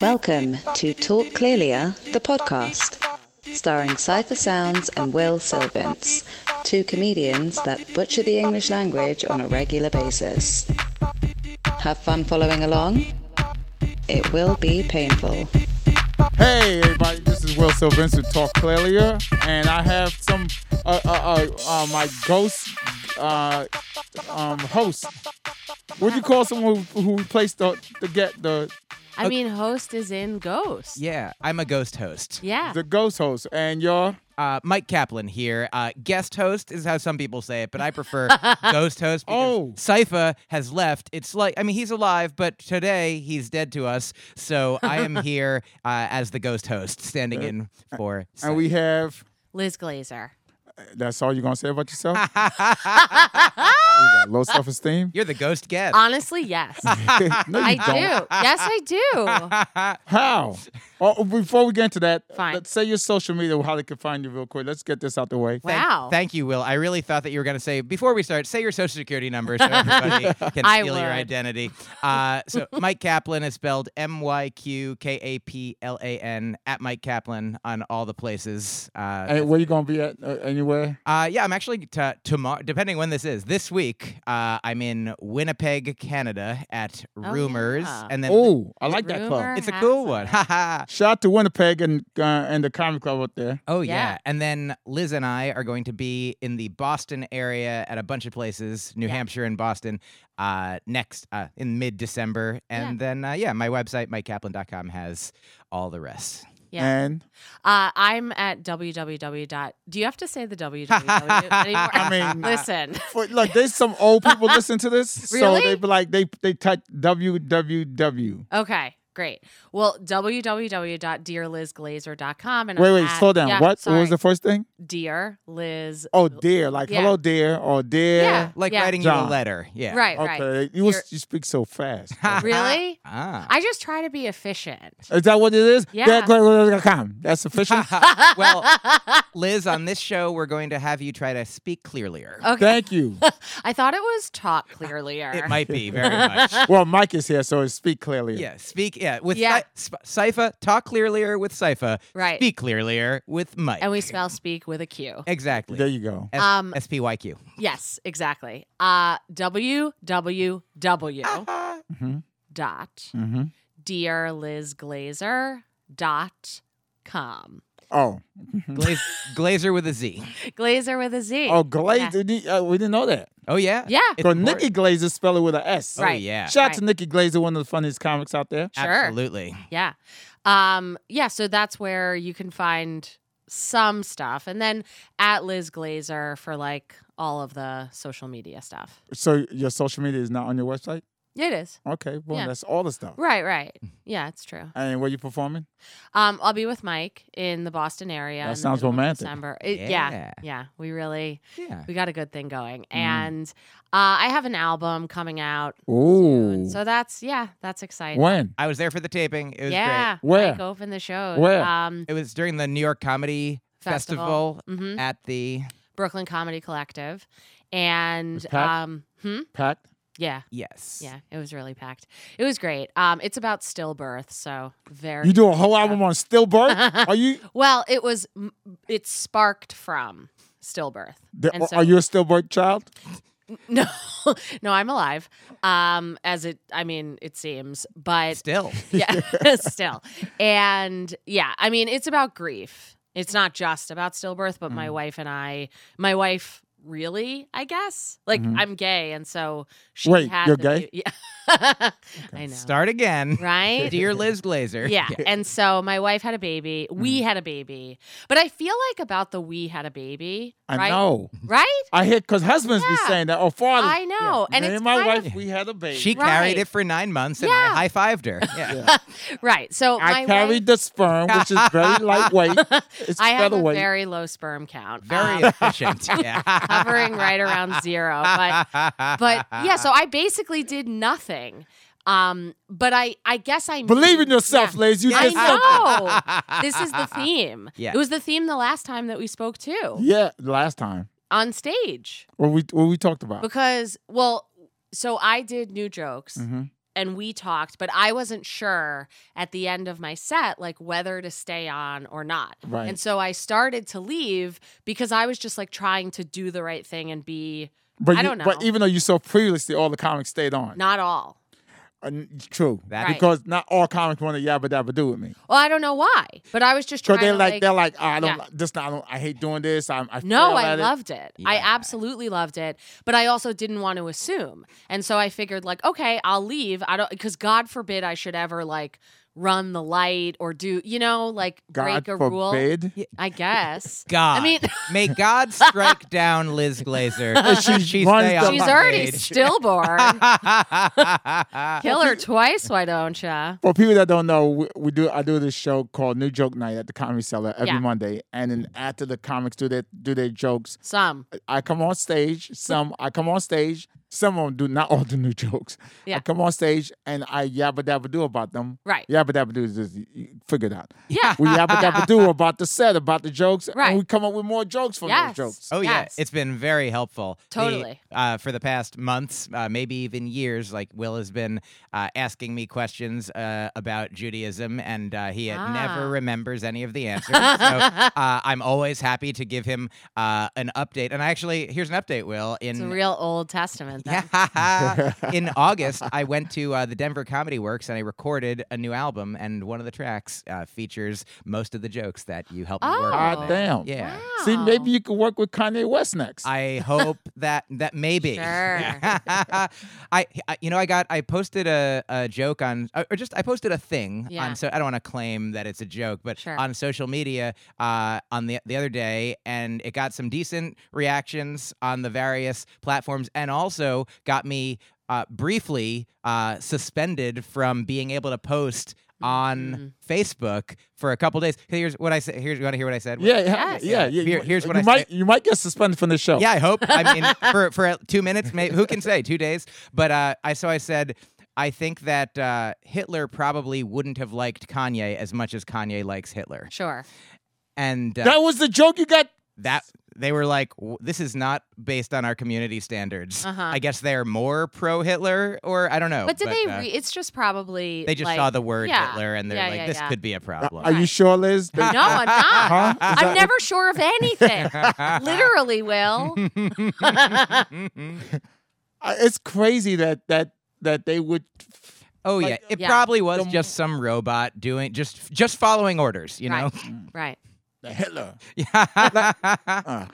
Welcome to Talk Clearlier, the podcast, starring Cypher Sounds and Will Silvins, two comedians that butcher the English language on a regular basis. Have fun following along? It will be painful. Hey everybody, this is Will Silvins with Talk Clearlier, and I have some uh, uh, uh, uh my ghost uh um host. What'd you call someone who who replaced the the get the I mean, host is in Ghost. Yeah, I'm a ghost host. Yeah. the ghost host? And you're Uh, Mike Kaplan here. Uh, guest host is how some people say it, but I prefer ghost host. because Oh. Sypha has left. It's like I mean, he's alive, but today he's dead to us. So I am here uh, as the ghost host, standing in for. and we have. Liz Glazer. That's all you're gonna say about yourself? You got low self-esteem. You're the ghost guest. Honestly, yes. No, you I do. don't. Yes, I do. How? Oh, before we get into that, Fine. let's say your social media, how they can find you real quick. Let's get this out the way. Thank- Wow. Thank you, Will. I really thought that you were going to say before we start, say your social security number so everybody can I steal your would. identity. Uh, so Mike Kaplan is spelled M Y Q K A P L A N at Mike Kaplan on all the places. Uh, And where you gonna be at? Uh, anywhere? uh, yeah, I'm actually t- tomorrow, depending when this is, this week, uh, I'm in Winnipeg, Canada at Oh, Rumors. yeah. And then Oh, I like that Rumor club. it's a has cool it. one. Ha ha. Shout out to Winnipeg and uh, and the comedy club out there. Oh Yeah. yeah. And then Liz and I are going to be in the Boston area at a bunch of places, New Yeah. Hampshire and Boston, uh, next uh, in mid December. And then uh, yeah, my website, mikekaplan.com has all the rest. Yeah. And Uh, I'm at www. dot- Do you have to say the www anymore? I mean- uh, listen. for, look, there's some old people listen to this, so they Really? be like they they type www. Okay. Great. Well, www.dearlizglazer.com and Wait, I'm wait, at- slow down. Yeah, what? Sorry. What was the first thing? dear Liz? Oh, dear, like Yeah. hello, dear, or dear. Yeah. Like writing you John. a letter. Yeah. Right. Okay, Right. you was, You're- you speak so fast. Really? Ah. I just try to be efficient. Is that what it is? Yeah. Dearglazer.com. That's official. well, Liz, on this show, we're going to have you try to speak clearlier. Okay. Thank you. I thought it was talk clearly. It might be very much. Well, Mike is here, so it's speak clearly. Yeah, speak. Yeah, with Yeah. Sy- Sp- Sypha, talk clearlier with Sypha. Right. Speak clearlier with Mike. And we spell speak with a Q. exactly. There you go. S- Um, SPYQ. Yes, exactly. Uh, www dot hmm dearlizglazer dot com. Oh, Glaz- Glazer with a Z. Glazer with a Z. oh, Glaze. Yeah. Uh, we didn't know that. Oh, yeah? Yeah. It's But important. Nikki Glazer spelled it with an S. Oh, Right. yeah. Shout out to Nikki Glazer, one of the funniest comics out there. Sure. Absolutely. Yeah. Um, yeah, so that's where you can find some stuff. And then at Liz Glazer for like all of the social media stuff. So your social media is not on your website? It is. Okay, boom, Yeah. that's all the stuff. Right, right. Yeah, it's true. And where you performing? Um, I'll be with Mike in the Boston area. That in the sounds middle of romantic. December. It- yeah. yeah. Yeah. We really Yeah. we got a good thing going. Mm. And uh, I have an album coming out. Ooh. So that's yeah, that's exciting. When? I was there for the taping. It was yeah. Where? Mike opened the show. Where? Um great. It was during the New York Comedy Festival. Festival, mhm, at the. Brooklyn Comedy Collective. And Was packed? um hmm? Packed? yeah, Yes. yeah, it was really packed. It was great. Um it's about stillbirth, so very You do a whole album on stillbirth? are you Well, it was m- it sparked from stillbirth. the, And so- are you a stillbirth child? No, no, I'm alive. Um, as it, I mean, it seems, but Still. yeah, still, and yeah, I mean, it's about grief. It's not just about stillbirth, but Mm. my wife and I, my wife, really, I guess, like Mhm. I'm gay, and so she Wait, had you're the gay? be- yeah, I know, Start again. right? Dear Liz Glazer. Yeah. And so my wife had a baby. We Mm. had a baby. But I feel like about the we had a baby. I right? know. Right? I hear because husbands be Yeah. saying that. Oh, father. I know. And Me it's my kind wife, of- we had a baby. She Right. carried it for nine months and Yeah. I high fived her. Yeah. Right. So I Oh, my wife, carried the sperm, which is very lightweight. It's I have a featherweight. very low sperm count. Very um, efficient. Yeah. hovering right around zero. But but yeah, so I basically did nothing. Um, but I I guess I Believe mean- in yourself, yeah. ladies. You I did something. know. this is the theme. Yeah. It was the theme the last time that we spoke to Yeah, last time. on stage. What we what we talked about. Because well, so I did new jokes Mhm. and we talked, but I wasn't sure at the end of my set, like whether to stay on or not. Right. And so I started to leave because I was just like trying to do the right thing and be But I you- don't know. But even though you saw previously, all the comics stayed on. not all. Uh, true. That- Right. Because not all comics want to yabba dabba do with me. Well, I don't know why, but I was just trying Because they're to like, they're like, "Ah, I don't yeah. like this. I don't. I hate doing this. I, I No, fail I at it. loved it. I Yeah. absolutely loved it, but I also didn't want to assume. And so I figured like, okay, I'll leave. I don't cuz god forbid I should ever like run the light or do, you know, like God break a rule. forbid. I guess. God. I mean- may God strike down Liz Glazer. She she runs stay the- on She's already stage. stillborn. yeah, Kill her twice, why don't ya? For people that don't know, we, we do I do this show called New Joke Night at the Comedy Cellar every Yeah. Monday, and then after the comics do their do their jokes, Some. Uh, I come on stage. Some I come on stage. Some of them do not all the new jokes. I Yeah. come on stage and I yabba dabba do about them. Right. Yabba dabba do is just you figure it out. Yeah. We yabba dabba do about the set, about the jokes, Right. and we come up with more jokes from Yes. those jokes. Oh yeah, Yes. it's been very helpful. The, Totally. uh, for the past months, uh, maybe even years, like Will has been uh, asking me questions uh, about Judaism, and uh, he had Ah. never remembers any of the answers. so uh, I'm always happy to give him uh, an update. And I actually, here's an update, Will. In It's a real Old Testament. then. yeah. in August, I went to uh, the Denver Comedy Works and I recorded a new album, and one of the tracks uh, features most of the jokes that you helped me work Oh. Ah, on. damn. Yeah. See, maybe Wow. you could work with Kanye West next. I hope that that maybe. Sure. I, I- you know I got I posted a, a joke on or just I posted a thing Yeah. on so I don't want to claim that it's a joke but Sure. on social media uh, on the the other day and it got some decent reactions on the various platforms and also got me uh, briefly uh, suspended from being able to post on Mm-hmm. Facebook for a couple days. Here's what I said. Here's you want to hear what I said? yeah, yeah, Yes. yeah, yeah. Here- You- here's what you I might you might get suspended from the Oh. show. Yeah, I hope. I mean, for for at- two minutes, maybe who can say two days? But uh, I so I said. I think that uh, Hitler probably wouldn't have liked Kanye as much as Kanye likes Hitler, Sure. and uh, that was the joke you got. that they were like, "W- "This is not based on our community standards." Uh-huh. I guess they're more pro Hitler, or I don't know. But did they uh, re- it's just probably they just like- saw the word yeah, Hitler, and they're yeah, like, yeah, "This yeah. could be a problem." Are you sure, Liz? They- No, I'm not. Huh? Is I'm that- never sure of anything. Literally, Will. I- It's crazy that that that they would. oh yeah, Like, it Yeah. probably was the- just some robot doing just just following orders, you know. Right. Right. Hitler. Yeah. Uh,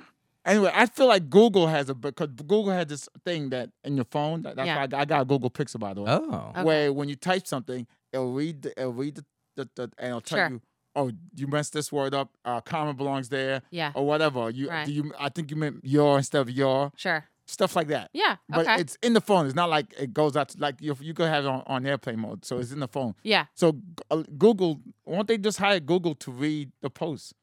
anyway, I feel like Google has a because Google had this thing that in your phone. That, that's Yeah. why I, got- I got a Google Pixel by the way, oh. Okay. where when you type something, it'll read the, it'll read the, the, the and it'll tell Sure. you, oh, you messed this word up. Uh, comma belongs there Yeah. or whatever. You uh, Right. do you? I think you meant your instead of your Sure. stuff like that. Yeah. But Okay. it's in the phone. It's not like it goes out. To, like you, you could have it on, on airplane mode, so it's in the phone. yeah. So G- uh, Google, won't they just hire Google to read the post?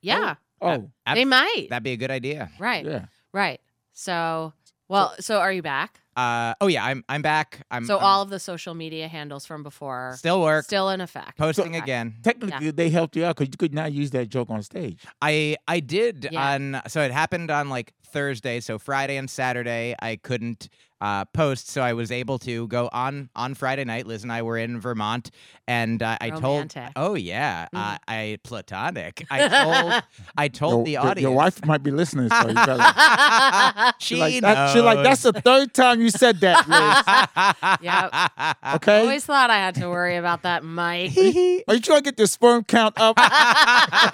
Yeah. Oh, Ab- they might. That'd be a good idea. right. yeah. Right. So, well, so are you back? Uh, oh yeah, I'm I'm back. I'm so I'm- all of the social media handles from before still work. still in effect. posting Okay. again. Technically, they helped you out because you could not use that joke on stage. I I did Yeah. on so it happened on like Thursday, so Friday and Saturday I couldn't uh, post, so I was able to go on on Friday night. Liz and I were in Vermont, and uh, I Romantic. told oh yeah, uh, Mhm. I platonic. I told I told Your- the your- audience. Your wife might be listening, so you better. she She like, that, she like, that's the third time you said that, Liz. yeah. Okay? Always thought I had to worry about that, Mike. Are you trying to get your sperm count up?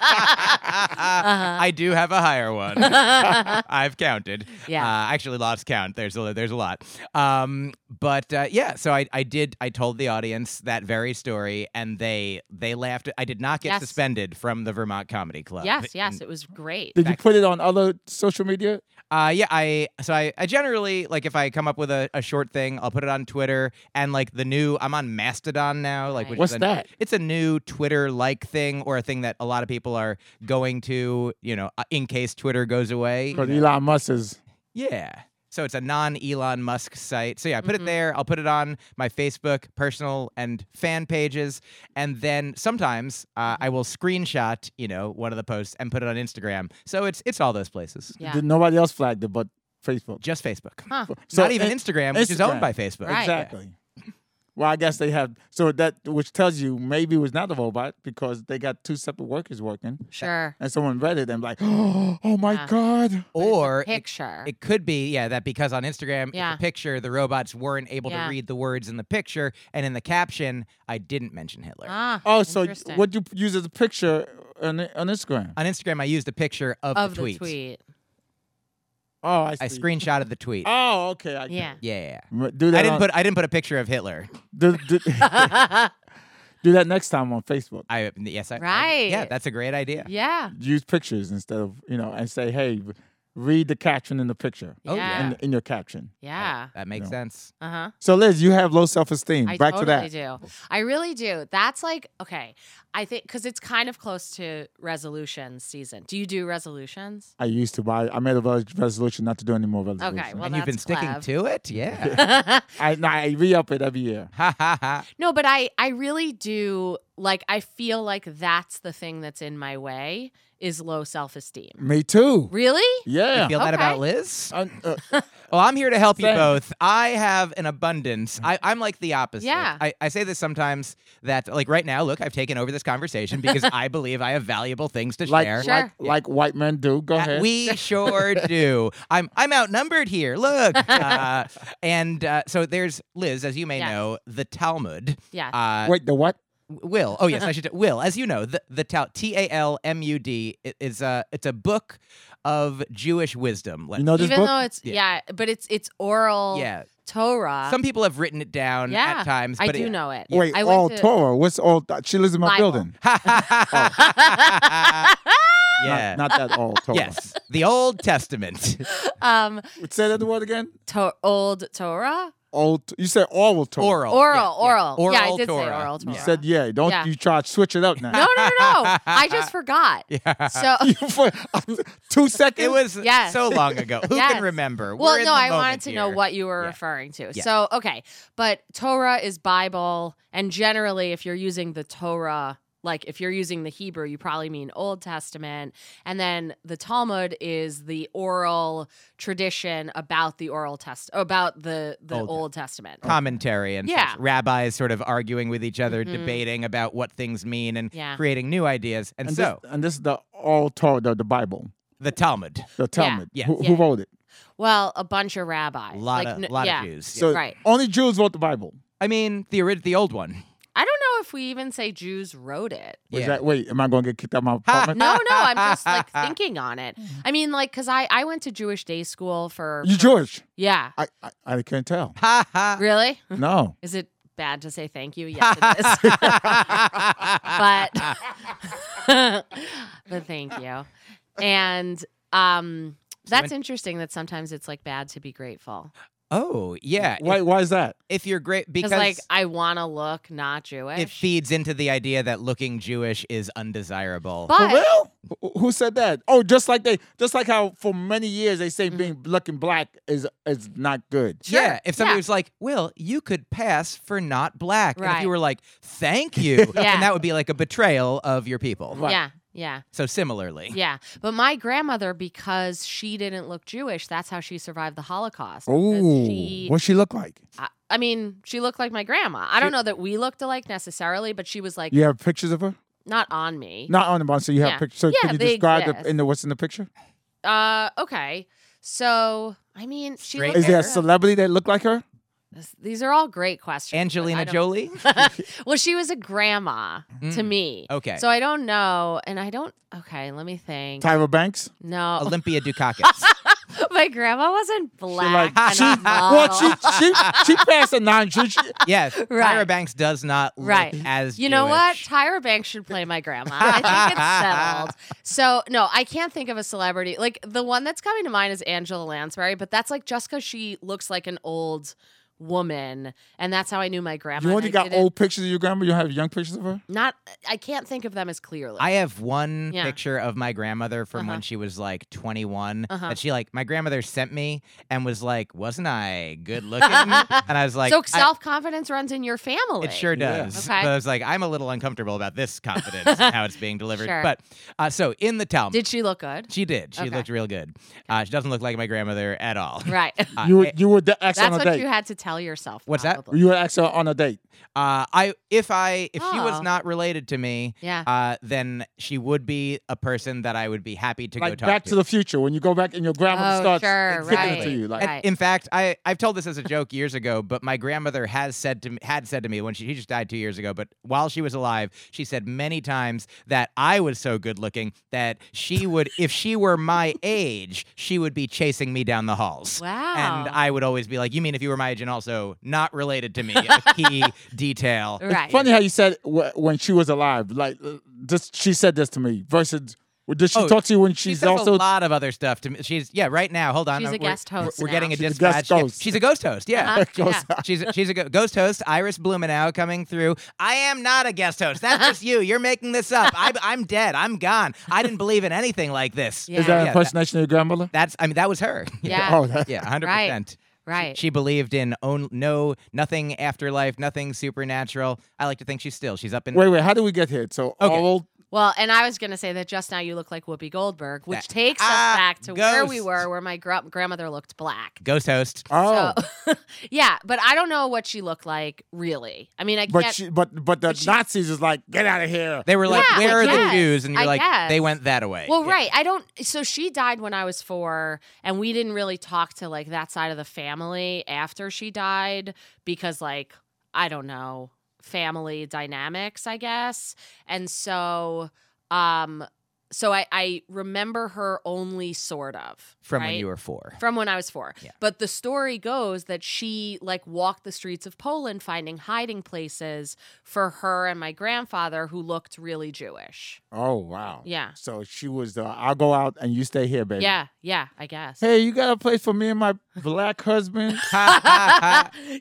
Uh-huh. I do have a higher one. I've counted. Yeah. Uh, I actually lost count. There's a there's a lot. Um, but uh, yeah, so I, I did I told the audience that very story and they they laughed. I did not get Yes. suspended from the Vermont Comedy Club. yes, yes, And, it was great. Did you put it on other social media? Uh, yeah, I so I, I generally like if I come up with a, a short thing, I'll put it on Twitter and like the new I'm on Mastodon now, like Right. which is What's a- that? it's a new Twitter like thing or a thing that a lot of people are going to, you know, uh, in case Twitter goes away. Because Elon Musk is. Yeah. So it's a non Elon Musk site. So yeah, I put Mhm. it there. I'll put it on my Facebook personal and fan pages. And then sometimes uh, Mm-hmm. I will screenshot, you know, one of the posts and put it on Instagram. So it's it's all those places. Yeah. Did nobody else flagged it but Facebook? Just Facebook. Huh. So Not even in- Instagram, which is owned Instagram. by Facebook. Right. Exactly. Well, I guess they have. So that which tells you maybe it was not a robot because they got two separate workers working, Sure. and someone read it and like, oh, oh my Yeah. god. Or it, Picture. it could be, yeah, that because on Instagram, it's a Yeah. picture, the robots weren't able Yeah. to read the words in the picture, and in the caption, I didn't mention Hitler. ah. Oh, so interesting. what you use as a picture on on Instagram? on Instagram, I used a picture of, of the the tweet. tweet. Oh, I, see. I screenshotted the tweet. Oh, okay. I get Yeah. Yeah, yeah, yeah. it. Do that. uh, I didn't on- put I didn't put a picture of Hitler. Do, do, do that next time on Facebook. I yes, I I- yeah, Right. that's a great Oh, idea. yeah. Use pictures instead of you know, and say, hey, read the caption in the picture. Oh, yeah. In, in your caption. Yeah. That makes No. sense. Uh huh. So Liz, you have low self esteem. I Back totally to that. do. I really do. That's like okay. I think because it's kind of close to resolution season. Do you do resolutions? I used to buy. I made a res- resolution not to do any more resolutions. well- and you've been that's sticking clev. to it? Yeah. no, I, no, I re up it every year. ha ha ha. but I I really do. Like I feel like that's the thing that's in my way is low self esteem. Me too. Really? Yeah. You feel that Okay. about Liz? I- uh, Well, I'm here to help you Same. both. I have an abundance. Mm. I, I'm like the opposite. Yeah. I, I say this sometimes that, like, right now, look, I've taken over this conversation because I believe I have valuable things to like, uh-huh. uh, share. like, Sure. like white men do. Go Uh, ahead. We sure do. I'm I'm outnumbered here. Look, uh, and uh, so there's Liz, as you may Yes. know, the Talmud. Yes. Uh, Wait, the what? Will. Oh yes, I should. Will, as you know, the the Tal T A L M U D i- is a it's a book of Jewish wisdom. Let- You know this Even book? though it's yeah. but it's it's oral yeah. Torah. Some people have written it down Yeah, at times. I but do it- know it. Wait, I went all to- Torah. What's all? Th- she lives in my Bible. building. yeah. Oh. Not, not that all Torah. yes. The Old Testament. um Say that word again. to- old Torah. Old. You said oral Torah. Oral. Oral, yeah, yeah. oral. Oral yeah, I did Torah. say oral Torah. You said yeah. Don't Yeah. you try to switch it up now? no, no, no, no. I just forgot. Yeah. So You for- two seconds. It was Yes. so long ago. Who Yes. can remember? Well, We're in no, the I wanted moment to know here. what you were Yeah. referring to. Yeah. So, okay. But Torah is Bible. And generally, if you're using the Torah, like if you're using the Hebrew, you probably mean Old Testament. And then the Talmud is the oral tradition about the oral test, about the, the Old- Old, Testament. commentary and such. Yeah. rabbis sort of arguing with each other, Mhm. debating about what things mean and Yeah. creating new ideas. And, And so this, and this is the all Torah, the, the Bible, the Talmud, the Talmud. yeah, who, yeah. who wrote it? Well, a bunch of a rabbis. lot Like, of n- lot yeah. of Jews. So Right. only Jews wrote the Bible. I mean, the orig- the old one. I don't know if we even say Jews wrote it. Was Yeah. that wait? Am I going to get kicked out of my apartment? No, no, I'm just like thinking on it. I mean, like, cause I I went to Jewish day school for You Jewish? yeah. I, I I can't tell. Ha ha. Really? No. Is it bad to say thank you? Yes, it is. but but thank you. And um, that's interesting that sometimes it's like bad to be grateful oh yeah. If, Why why is that? if you're great, because because like I want to look not Jewish. it feeds into the idea that looking Jewish is undesirable. For but real? Who- Who said that? Oh, just like they, just like how for many years they say being looking black is is not good. Yeah, if somebody Yeah. was like, "Will, you could pass for not black," and if Right. you were like, "Thank you," Yeah. and that would be like a betrayal of your people. Right. yeah, yeah, So similarly, yeah. But my grandmother, because she didn't look Jewish, that's how she survived the Holocaust. because Oh, she- what she look like? I, I mean, she looked like my grandma. I don't know that we looked alike necessarily, but she was like You have pictures of her? not on me. Not on the bond. So you have Yeah. pictures. So Yeah, can you they describe the, exist. in the what's in the picture? Uh, okay. So I mean, she Straight looked Is there a like- celebrity that look like her? This- These are all great questions. but I Angelina don't- Jolie. well, she was a grandma to Mm. me. Okay. So I don't know, and I don't. Okay, let me think. Tyra Banks. No, Olympia Dukakis. my grandma wasn't black. like- and a Well, she model. she she passed a non Jewish. yes, Tyra Right. Banks does not look Right. as You know what? Jewish. Tyra Banks should play my grandma. I think it's settled. So no, I can't think of a celebrity. Like the one that's coming to mind is Angela Lansbury, but that's like just because she looks like an old woman, and that's how I knew my grandma. You and only I got didn't- old pictures of your grandma. You don't have young pictures of her. Not, I can't think of them as clearly. I have one Yeah. picture of my grandmother from when Uh-huh. she was like 21 Uh-huh. that she like my grandmother sent me and was like, "Wasn't I good looking?" and I was like, so "I- self confidence runs in your family. It sure Yeah. does. Okay. But I was like, I'm a little uncomfortable about this confidence and how it's being delivered. Sure. But uh, so in the Talmud, Did she look good? she did. She Okay. looked real good. Uh, she doesn't look like my grandmother at all. Right. Uh, You eh, were- you were the ex That's on a what date. you had to tell tell yourself. What's that? probably. You would ask her on a date. Uh, I if I if she Oh. was not related to me, Yeah. uh, then she would be a person that I would be happy to go Like talk Back to. to the Future when you go back and your grandma Oh, starts sure, kicking it to right. you. Like And Right. in fact, I I've told this as a joke years ago, but my grandmother has said to me, had said to me when she, she just died two years ago, but while she was alive, she said many times that I was so good looking that she would, if she were my age, she would be chasing me down the halls. Wow. And I would always be like, "You mean if you were my age and also not related to me?" A key detail. It's right. funny how you said wh- when she was alive. Like uh, this, she said this to me. Versus, did she Oh, talk to you when She she's says a also? lot of other stuff to me. She's yeah, right now. Hold on, She's uh, a we're- guest host We're, we're now. getting a She's a guest dispatch. Yeah, host. she's a ghost host. Yeah, Uh-huh, goes yeah. She's she's a go- ghost host, Iris Blumenau, coming through. I am not a guest host. That's just you. You're making this up. I, I'm dead. I'm gone. I didn't believe in anything like this. Yeah. Is that an Yeah, that- impersonation of your grandmother? That's. I mean, that was her. Yeah. Oh, that, yeah, hundred Right. percent. Right. She believed in own no nothing afterlife, nothing supernatural. I like to think she's still. She's up in wait, wait. How did we get here? So Okay. old. Well, and I was going to say that just now you look like Whoopi Goldberg, which That- takes Ah, us back to where we ghost. were, where my gr- grandmother looked black. ghost host. Oh, So, yeah, but I don't know what she looked like really. I mean, I but can't. she, but but the but she- Nazis is like, get out of here. They were like, Yeah, I "Where are guess. the Jews?" And you're I like, "They guess. went that away." well, Yeah. right. I don't. So she died when I was four, and we didn't really talk to like that side of the family after she died because, like, I don't know, family dynamics, I guess. And so, um, so I, I remember her only sort of From right? when you were four. From when I was four. Yeah. But the story goes that she like walked the streets of Poland finding hiding places for her and my grandfather who looked really Jewish. Oh wow. Yeah. So she was the I'll go out and you stay here, baby. Yeah, yeah, I guess. Hey, you got a place for me and my black husband?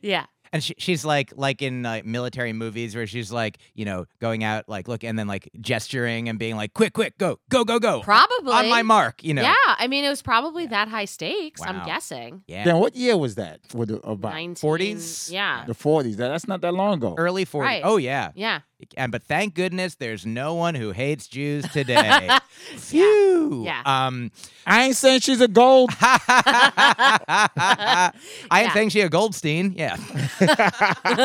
yeah. And she, she's like, like in uh, military movies where she's like, you know, going out, like, look, and then like gesturing and being like, quick, quick, go, go, go, go. Probably. On my mark, you know. Yeah, I mean it was probably that high stakes, I'm Wow. guessing. Yeah. Then what year was that? With the, about 19 40s? Yeah. the forties. That, that's not that long ago. Early 40s. Right. Oh, yeah. Yeah. And but thank goodness there's no one who hates Jews today. Phew. Yeah. Um, I ain't saying she's a gold. I am Yeah. saying she a Goldstein. Yeah.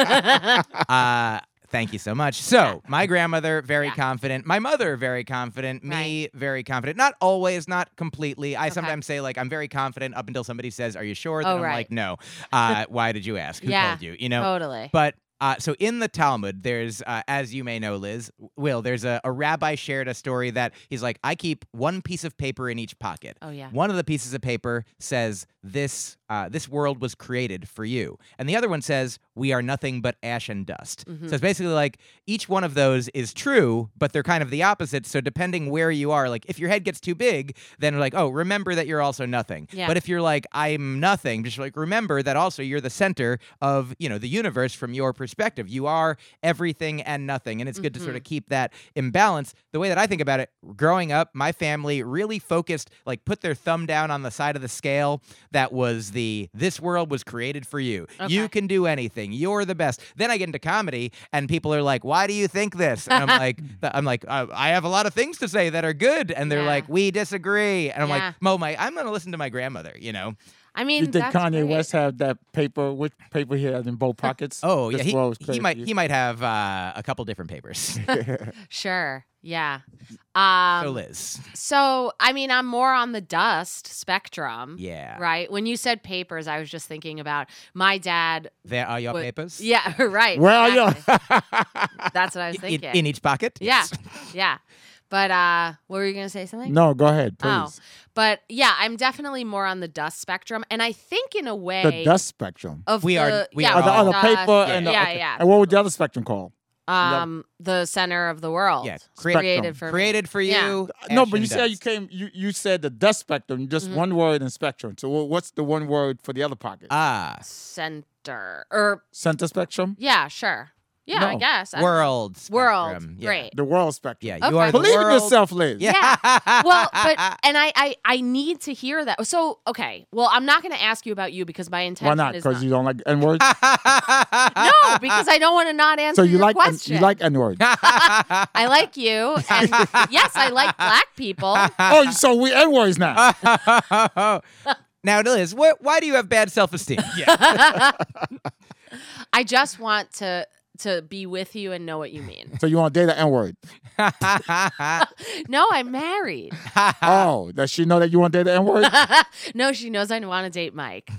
uh, thank you so much. So my grandmother very Yeah. confident. My mother very confident. Me very confident. Not always. Not completely. I Okay. sometimes say like I'm very confident up until somebody says, "Are you sure?" Then Oh, I'm right. like, "No." Uh, why did you ask? Who Yeah. Oh. told you? You know. Totally. But uh, so in the Talmud, there's, uh, as you may know, Liz, Will, there's a, a rabbi shared a story that he's like, I keep one piece of paper in each pocket. Oh, yeah. One of the pieces of paper says, "This uh, this world was created for you," and the other one says, "We are nothing but ash and dust." Mhm. So it's basically like each one of those is true, but they're kind of the opposite. So depending where you are, like if your head gets too big, then like, oh, remember that you're also nothing. Yeah. But if you're like, I'm nothing, just like remember that also you're the center of you know the universe from your perspective. You are everything and nothing, and it's good to sort Mhm. of keep that imbalance. The way that I think about it, growing up, my family really focused, like put their thumb down on the side of the scale that was the this world was created for you. You Okay. can do anything. You're the best. Then I get into comedy and people are like, "Why do you think this?" And I'm like, "I'm like, I, I have a lot of things to say that are good," and they're Yeah. like, "We disagree." And I'm Yeah. like, "Mo, my, I'm gonna listen to my grandmother," you know. I You mean, think that's Kanye great. West have that paper? Which paper he has in both pockets? Oh This yeah, world's he, he crazy. might he might have uh, a couple different papers. Sure. Yeah. Um so Liz, So, I mean, I'm more on the dust spectrum. yeah, Right. When you said papers, I was just thinking about my dad. there are your What- papers. Yeah. Right. Where are you? exactly. That's what I was in, thinking. in each pocket. yeah. Yes. Yeah. But uh what were you going to say something? no, go ahead, Oh. please. But yeah, I'm definitely more on the dust spectrum and I think in a way The dust spectrum. of We are- the, we yeah, are Oh, the, all- oh, the dust, paper yeah, and the, yeah, okay. yeah. And what would the other spectrum called? um the center of the world. Yeah, spectrum. created for me. Created for Yeah. you. Uh, no, ash but you and said you dust. came. You, you said the dust spectrum, just Mm-hmm. Mhm. one word in spectrum. So wh- what's the one word for the other pocket? ah center or Center spectrum, yeah, sure. Yeah, I No. guess. I- world world. spectrum. Yeah. Great. the world spectrum. Yeah, Okay. you are the Believe in world. yourself, Liz. Yeah. well, but and I, I I need to hear that. So okay, well I'm not going to ask you about you because my intention Why not? is Because you don't like N words. no because I don't want to not answer so you your like N- question. you like N words. I like you, and yes, I like black people. oh, so we N words now. now, Liz, what, why do you have bad self-esteem? Yeah. I just want to to be with you and know what you mean. So you want to date the N word? No, I'm married. Oh, does she know that you want to date the N word? no, she knows I want to date Mike.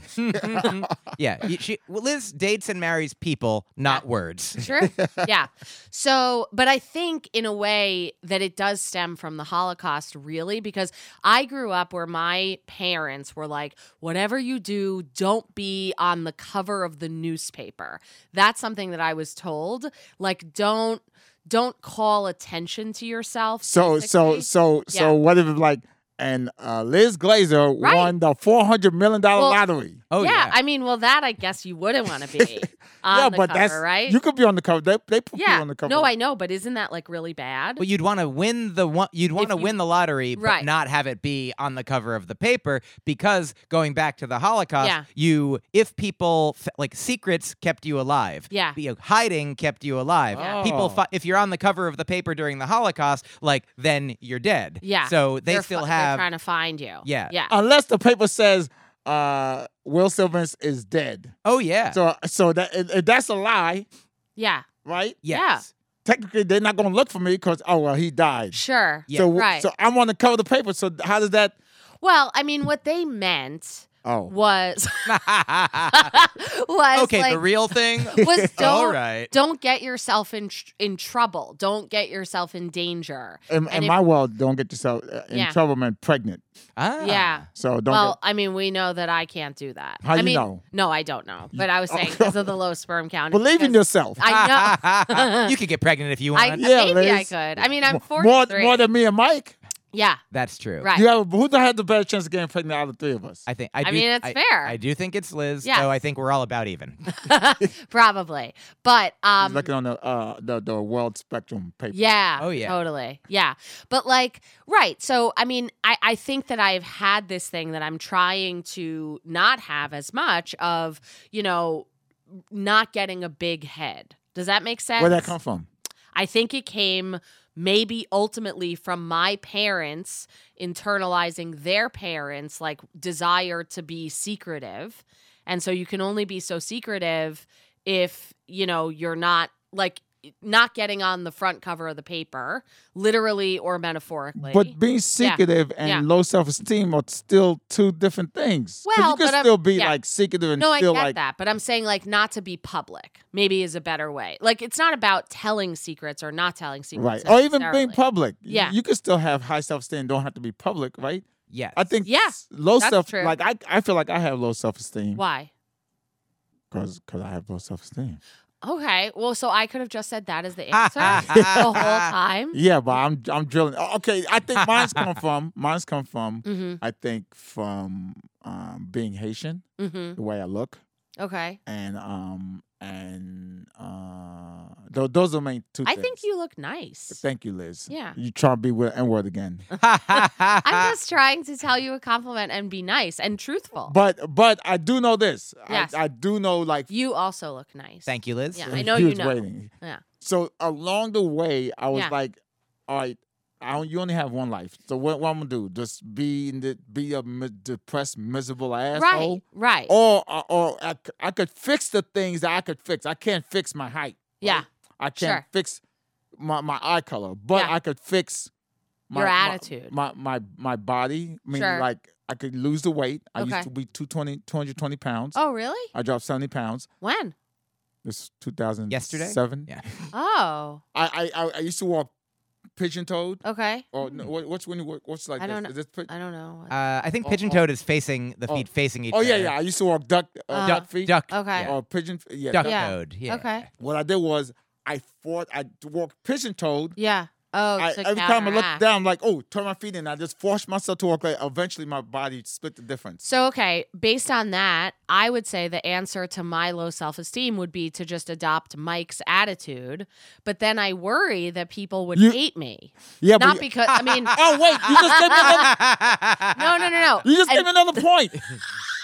yeah, y- she, well, Liz dates and marries people, Uh, not words. Sure. yeah. So, but I think in a way that it does stem from the Holocaust, really, because I grew up where my parents were like, whatever you do, don't be on the cover of the newspaper. That's something that I was told. Like, don't. Don't call attention to yourself. So, so, basically. so, so, what if like, and uh, Liz Glazer Right. won the four hundred million dollar Well, lottery? Oh yeah. I mean, well, that I guess you wouldn't want to be on yeah, the but cover, that's right? You could be on the cover. They, they put yeah. you on the cover. No, I know, but isn't that like really bad? But you'd want to win the one. You'd want to you- win the lottery, but Right. not have it be on the cover of the paper because going back to the Holocaust, Yeah. you if people f- like secrets kept you alive. Yeah. You know, hiding kept you alive. Yeah. People, Oh. fi- if you're on the cover of the paper during the Holocaust, like then you're dead. yeah. So they They're still fi- they're have. trying to find you. Yeah. Yeah. unless the paper says uh, Will Sylvans is dead. oh yeah. So, so that if if that's a lie, yeah. right? yeah. yes. Technically, they're not gonna look for me because oh well, he died. Sure. Yeah. so, right. so I'm on the cover of the paper. So how does that? Well, I mean, what they meant Oh, was was okay. like, the real thing. was don't All right. don't get yourself in tr- in trouble. Don't get yourself in danger. in, in and if- my world, don't get yourself uh, in Yeah. trouble, man. Pregnant. Ah. Yeah. So don't. well, I mean, we know that I can't do that. How I you mean, know? No, I don't know. But I was saying because of the low sperm count. get, believe in because yourself. I know. you could get pregnant if you I want. Yeah, maybe I Liz. could. I mean, I'm Mo- more, 43. more than me and Mike. yeah. That's true. Right. You have who had the better chance of getting pregnant out of the three of us? I think. I, do, I mean, it's I, fair. I do think it's Liz. Yes. So I think we're all about even. Probably. But He's um looking on the uh the, the world spectrum paper. Yeah. Oh, yeah. Totally. Yeah. But like, right. So I mean, I, I think that I've had this thing that I'm trying to not have as much of, you know, not getting a big head. Does that make sense? Where'd that come from? I think it came maybe ultimately from my parents internalizing their parents like desire to be secretive. And so you can only be so secretive if, you know, you're not like not getting on the front cover of the paper, literally or metaphorically. But being secretive and Yeah. low self esteem are still two different things. 'Cause Well, you can but I'm- still be yeah. like secretive and no, I get still like that, but I'm saying like not to be public maybe is a better way. Like it's not about telling secrets or not telling secrets, right, or even being necessarily. public. Yeah. you can still have high self esteem. Don't have to be public, right? Yes. I think Yeah, s- low that's self true. like I I feel like I have low self esteem Why? because I have low self esteem. Okay. Well, so I could have just said that as the answer the whole time. Yeah, but I'm I'm drilling. Oh, Okay, I think mine's come from mine's come from Mm-hmm. I think from um, being Haitian, Mm-hmm. the way I look. Okay. and um and uh tho- those are my two I things. think you look nice. thank you liz Yeah. you trying to be with n word again I'm just trying to tell you a compliment and be nice and truthful. but but i do know this Yes. I, I do know like you also look nice. Thank you, Liz. Yeah. a I know you huge know. rating. Yeah. so along the way i was Yeah. like all right I don't, you only have one life so what, what i'm gonna do just be in the, be a mi- depressed miserable asshole Oh, Right. Right. or or, or I, c- I could fix the things that I could fix. I can't fix my height. Yeah. right? I can't Sure. fix my, my eye color, but Yeah. I could fix my, Your my- attitude. My my my, body. I mean, Sure. like I could lose the weight. I Okay. used to be 220, 220 pounds. oh, really? I dropped seventy pounds. When? This is two thousand Yesterday? Seven. Yeah. Oh. I, I I I used to walk pigeon toed. Okay. Or no, what, what's when you walk- what's like Hmm. I this? don't know. Is this pi- I don't know. what- Uh, I think Oh, pigeon oh. toed is facing the Oh. feet facing each Oh other. yeah, yeah. I used to walk duck uh, Uh, duck feet Duck. Okay. yeah. or pigeon. Yeah, Duck Yeah. toed. Yeah. Okay. What I did was I fought. I walked pigeon toed. Yeah. Oh, I, to every time I look counteract. down, I'm like, oh, turn my feet in. I just force myself to walk. Like, eventually, my body split the difference. So, okay, based on that, I would say the answer to my low self esteem would be to just adopt Mike's attitude. But then I worry that people would You- hate me. Yeah, Not but you- because, I mean, no, oh wait, you just gave me another, Uh, no, no, no. you just gave And me another point.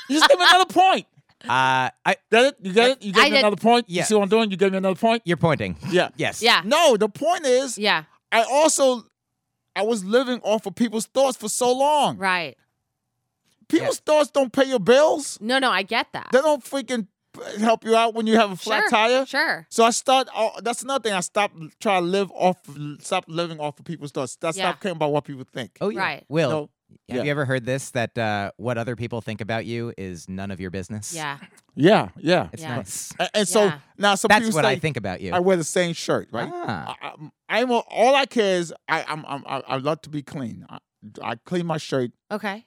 You just gave me another point. Uh, I, Get it? You get it? You gave I me did- another point. You Yeah. see what I'm doing? You gave me another point. you're pointing. Yeah. Yes. Yeah. No, the point is, yeah, I also, I was living off of people's thoughts for so long. right. People's thoughts don't pay your bills. No, no, I get that. They don't freaking help you out when you have a flat sure, tire. Sure. So I start. Oh, that's another thing. I stopped trying to live off, stop living off of people's thoughts. I Yeah. stopped caring about what people think. Oh, yeah. Right. Will, No. have yeah. you ever heard this? That uh, what other people think about you is none of your business. Yeah. Yeah, yeah. It's Yeah. nice. And, and so Yeah. now some That's people what say I think about you. I wear the same shirt, right? Ah, I, I'm- I'm a- all I care is I I'm, I'm I I love to be clean. I, I clean my shirt, Okay.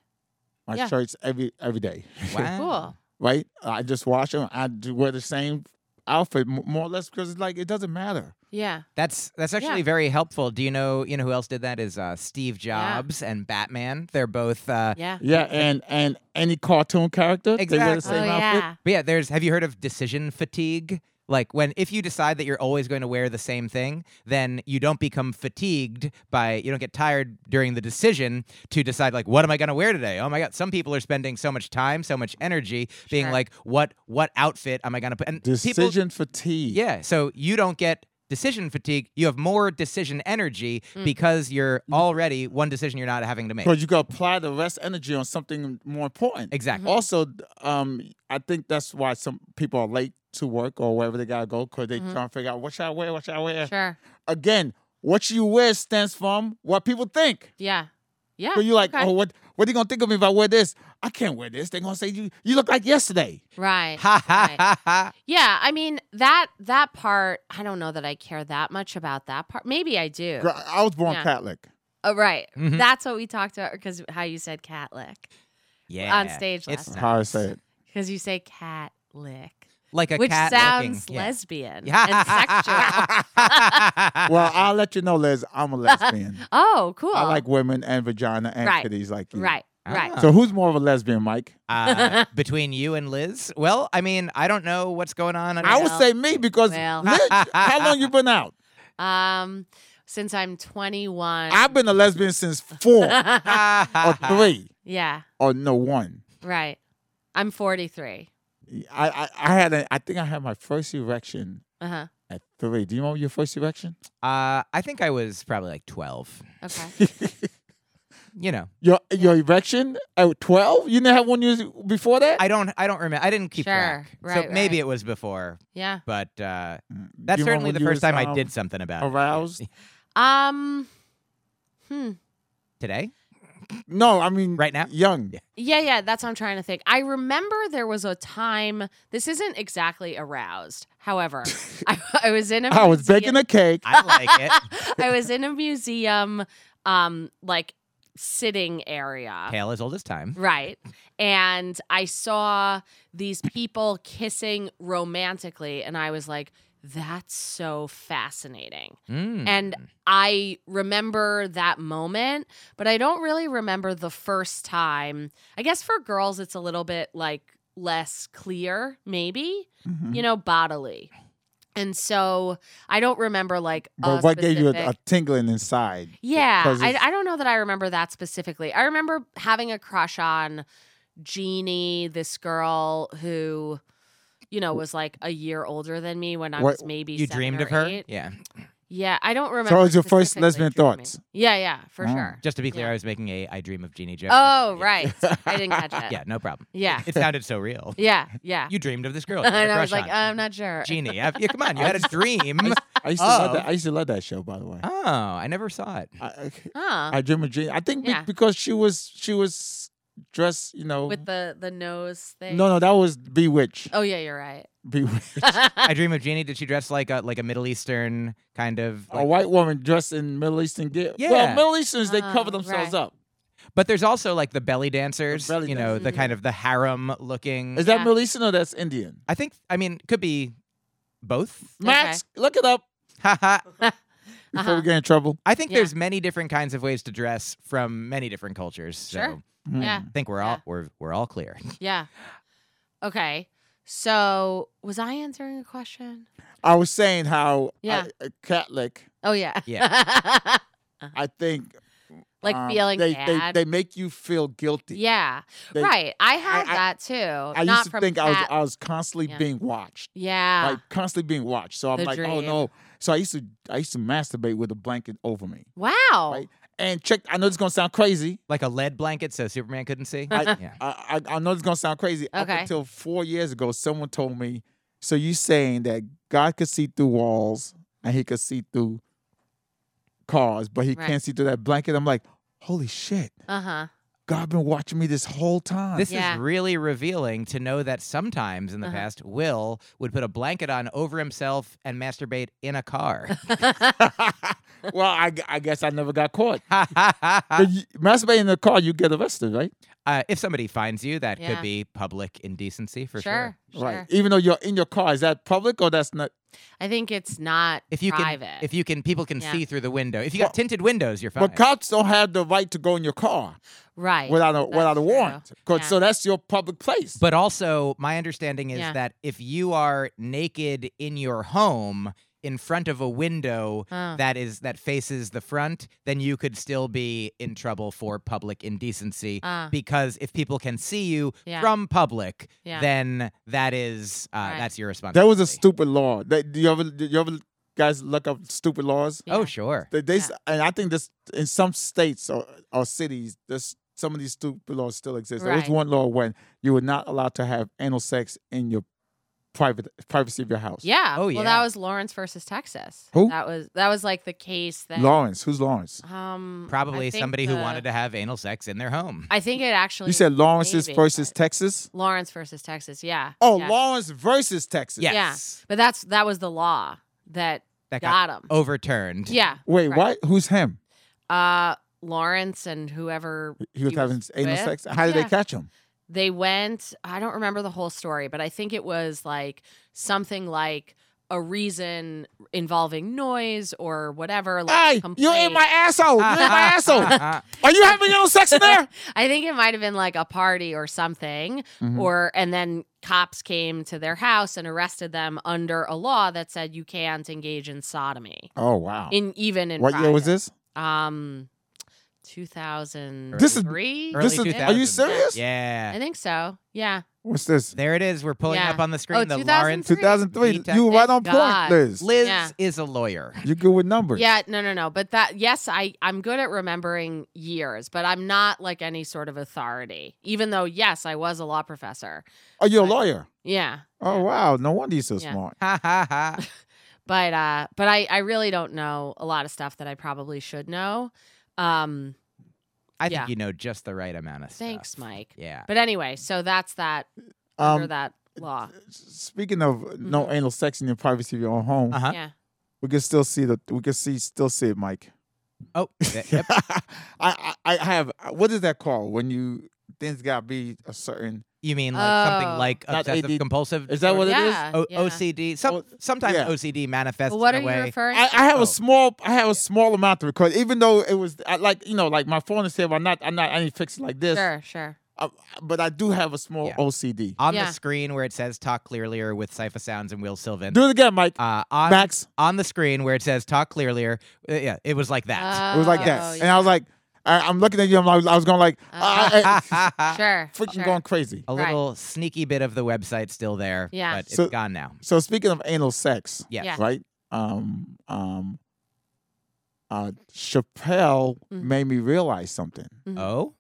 my Yeah. shirts every every day, wow. Cool. right? I just wash them. I do wear the same outfit m- more or less because it's like it doesn't matter. Yeah. That's that's actually Yeah. very helpful. Do you know you know who else did that? Is uh, Steve Yeah. Jobs and Batman. They're both. Uh, Yeah. Yeah, and and any cartoon character they wear the Exactly. same oh outfit. yeah. But yeah, there's have you heard of decision fatigue? Like when if you decide that you're always going to wear the same thing, then you don't become fatigued by you don't get tired during the decision to decide like what am I going to wear today? Oh my god, some people are spending so much time, so much energy being Sure. like what what outfit am I going to put? And people Decision fatigue. Yeah, so you don't get decision fatigue. You have more decision energy Mm. because you're Mm-hmm. already one decision you're not having to make. Because you can apply the rest energy on something more important. mm-hmm. Exactly. Also, th- um, I think that's why some people are late to work or wherever they gotta go because they trying to figure out what should I wear, what should I wear. Mm-hmm. Sure. Again, what you wear stands from what people think. Yeah. Yeah. But you're like, okay. oh, what what are you gonna think of me if I wear this? I can't wear this. They're gonna say you you look like yesterday. Right. Ha ha right. ha ha. Yeah, I mean that that part. I don't know that I care that much about that part. Maybe I do. Girl, I was born Yeah. Catholic. Oh, right. Mhm. That's what we talked about because how you said cat lick Yeah. on stage It's last night How I say it. because you say cat lick, Like a which cat sounds licking. Yeah. lesbian and sexual. Well, I'll let you know, Liz, I'm a lesbian. Oh, cool. I like women and vagina and Right. titties like you. right, right. Ah. So who's more of a lesbian, Mike? uh, between you and Liz? Well, I mean, I don't know what's going on. I would Well, say me because well. Liz, how long you been out? Um, since I'm 21, I've been a lesbian since four or three yeah, or no one. right. I'm 43. I, I, I had a, I think I had my first erection Uh huh. at three. Do you remember your first erection? uh, I think I was probably like 12. Okay. You know, Your your erection at twelve? You didn't have one years before that? I don't, I don't remember. I didn't keep Sure. track. so Right, maybe right. it was before, Yeah. but uh, Mm. Do that's you remember certainly when the you first was, time I um, did something about it. aroused. Um. Hmm. Today? No, I mean Right now? young. Yeah, yeah, that's what I'm trying to think. I remember there was a time. This isn't exactly aroused. However, I, I was in a I was baking museum- a cake. I like it. I was in a museum, um, like sitting area. Pale as old as time. Right. And I saw these people kissing romantically, and I was like, that's so fascinating. Hmm. Mm. And I remember that moment, but I don't really remember the first time. I guess for girls, it's a little bit like less clear, maybe, Mhm. you know, bodily. And so I don't remember like. a But what gave you a, a specific- tingling inside? yeah, 'Cause I, it's- I don't know that I remember that specifically. I remember having a crush on Jeannie, this girl who, you know, was like a year older than me when I What- was maybe you seven dreamed or of her? eight. Yeah. Yeah, I don't remember. it was your first specifically lesbian dreaming. thoughts? Yeah, yeah, for Mm. sure. Just to be clear, Yeah. I was making a I Dream of Jeannie joke. Oh, Yeah. right. I didn't catch it. Yeah, no problem. Yeah. It sounded so real. Yeah, yeah. You dreamed of this girl. you had a and I crush was like, on. I'm not sure. Jeannie. I- yeah, come on, you had a dream. I used to love Oh. that. I used to love that show, by the way. Oh, I never saw it. I, I- Huh. I dream a dream. I think be- Yeah. because she was she was dressed, you know. With the the nose thing. no, no, that was Bewitched. Oh yeah, you're right. Bewitched. I Dream of Jeannie. Did she dress like a like a Middle Eastern kind of? a Like, white woman dressed in Middle Eastern gear. Well, Yeah. Middle Easterns they cover Oh, themselves right. up. but there's also like the belly dancers. belly you know, the kind of the harem looking. Is that Yeah. Middle Eastern or that's Indian? I think. I mean, could be both. Max, look it up Haha. before Uh-huh. we get in trouble. I think Yeah. there's many different kinds of ways to dress from many different cultures. So Sure. Mm-hmm. Yeah. I think we're all Yeah. we're we're all clear. Yeah. Okay. So was I answering a question? I was saying how Yeah. I, a Catholic, Oh yeah. Yeah. I think like um, feeling they, bad. They, they make you feel guilty. yeah. They- right. I had I- I- that too. I Not used to from think I was cat- I was constantly Yeah. being watched. yeah. Like constantly being watched. So I'm The like, oh dream. no. So I used to I used to masturbate with a blanket over me. wow. right? And check. I know this is gonna sound crazy. like a lead blanket so Superman couldn't see. I- yeah. I, I, I know this is gonna sound crazy. Okay. Up until four years ago, someone told me, "So you saying that God could see through walls and He could see through cars, but He Right. can't see through that blanket?" I'm like, "Holy shit! Uh huh. God been watching me this whole time." This Yeah. is really revealing to know that sometimes in the Uh-huh. past, Will would put a blanket on over himself and masturbate in a car. well, I, gu- I guess I never got caught. uh, But you- masturbating in the car, you get arrested, right? if somebody finds you, that Yeah. could be public indecency for sure. sure. Sure. Right. Even though you're in your car, is that public or that's not? I think it's not If you private. can, if you can, people can Yeah. see through the window. If you got Well- tinted windows, you're fine. But cops don't have the right to go in your car right. without a without a true. warrant. 'Cause- Yeah. So that's your public place. But also, my understanding is Yeah. that if you are naked in your home in front of a window Huh. that is that faces the front, then you could still be in trouble for public indecency Ah. because if people can see you Yeah. from public, Yeah. then that is uh, Right. that's your responsibility. That was a stupid law. That do you ever do you ever guys look up stupid laws? Yeah. Mm, Oh sure. They, they s- Yeah. and I think this in some states or, or cities, this some of these stupid laws still exist. There was Right. one law when you were not allowed to have anal sex in your private privacy of your house. Yeah. Oh, well, yeah. that was Lawrence versus Texas. Who? That was that was like the case that Lawrence, who's Lawrence? um Probably somebody who wanted to have anal sex in their home. I think it actually. You said Lawrence's maybe, versus but- Texas. Lawrence versus Texas. Yeah. Oh, yeah. Lawrence versus Texas. Yeah. yes. But that's that was the law that, That got Oh. got him. overturned. Yeah. Wait, Right. what? Who's him? Uh, Lawrence and whoever He was He having was anal with- sex. How did yeah. they catch him? they went i don't remember the whole story but i think it was like something like a reason involving noise or whatever like Hey, you in complaint. my asshole. You in Oh, my asshole. Uh-huh. Are you having anal sex in there? i think it might have been like a party or something Mhm. or and then cops came to their house and arrested them under a law that said you can't engage in sodomy Oh wow. in even in what year was private. this? um 2003 This is- Early this is, are 2000s. you serious? Yeah. i think so yeah What's this? There it is. We're pulling Yeah. up on the screen Oh, the 2000? Lawrence. 2003. Thank You were right on point, God. Liz. Liz Yeah. is a lawyer. You're good with numbers. Yeah, no, no, no. But that, yes, I, I'm good at remembering years, but I'm not like any sort of authority, even though, yes, I was a law professor. Oh, you're a Right. lawyer. Yeah. Oh wow. No wonder you're so Yeah. smart. Ha ha ha. But, uh, but I, I really don't know a lot of stuff that I probably should know. Um, I think Yeah. you know just the right amount of stuff. thanks, Mike. Yeah. But anyway, so that's that under Um, that law. Mm-hmm. speaking of no anal sex in your privacy of your own home, Uh huh. Yeah. we can still see the we can see still see it, Mike. Oh, th- yep. I, I I have what is that called when you things got to be a certain you mean like something Oh. like Not obsessive AD. compulsive? Is that what it is? yeah, disorder? yeah. O- OCD. Some, Oh, sometimes yeah. OCD manifests Well, what in are a you way. referring I, to? I have Oh. a small I have a small amount to record even though it was I, like you know like my phone is here but I'm not I'm not I didn't fix it like this Sure, sure. I- but I do have a small Yeah. OCD on the Yeah. screen where it says "Talk Clearlier" with Cypher Sounds and Will Sylvan. do it again Mike uh, on Max on the screen where it says "Talk Clearlier," uh, yeah, it was like that. it was like that Oh, and I was like I, I'm looking at you I'm like, I was going like I, I, Sure. freaking sure. going crazy a Right. little sneaky bit of the website still there. Yeah. but it's So- gone now. so speaking of anal sex Yes. Yeah. right? Um, um, uh, Chappelle Mhm. made me realize something. Mhm. Oh,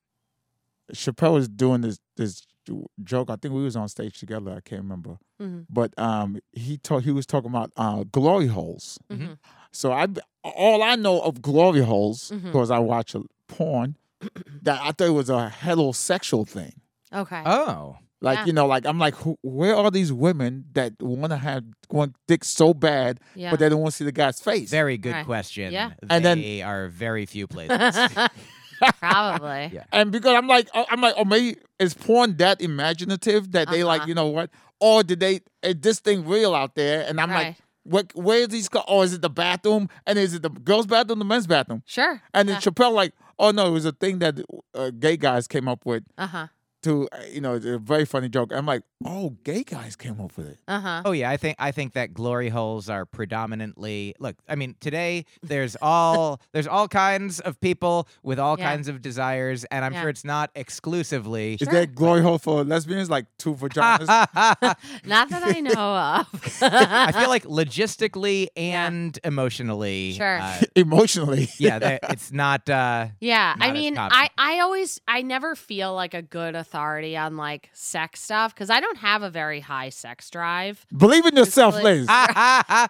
Chappelle was doing this this jo- joke. I think we was on stage together. I can't remember, Mhm, but um, he talk he was talking about uh, glory holes. mhm, So I all I know of glory holes Mhm. because I watch a porn. that I thought it was a heterosexual thing. Okay. oh, Like Yeah. you know, like I'm like, who, where are these women that want to have want dick so bad, yeah. but they don't want to see the guy's face? very good Right. question. Yeah. they And then- are very few places. Probably. Yeah. And because I'm like, oh, I'm like, oh, maybe is porn that imaginative that they like, Uh-huh. you know what? Or did they is this thing real out there? And I'm Right. like, what? Where is these? Co- oh, is it the bathroom? And is it the girls' bathroom, the men's bathroom? Sure. And then Chappelle like, oh no, it was a thing that uh, gay guys came up with Uh huh. to uh, you know it's a very funny joke. I'm like, oh, gay guys came up with it. Uh huh. Oh yeah, I think I think that glory holes are predominantly look. I mean, today there's all there's all kinds of people with all Yeah. kinds of desires, and I'm Yeah. sure it's not exclusively. Is that glory hole for lesbians like two vaginas? I Not that I know of. feel like logistically and emotionally. Sure. uh, Emotionally, yeah, that, it's not. Uh, Yeah, not I as mean, common. I I always I never feel like a good authority on like sex stuff because I don't have a very high sex drive. believe in yourself, like- Liz.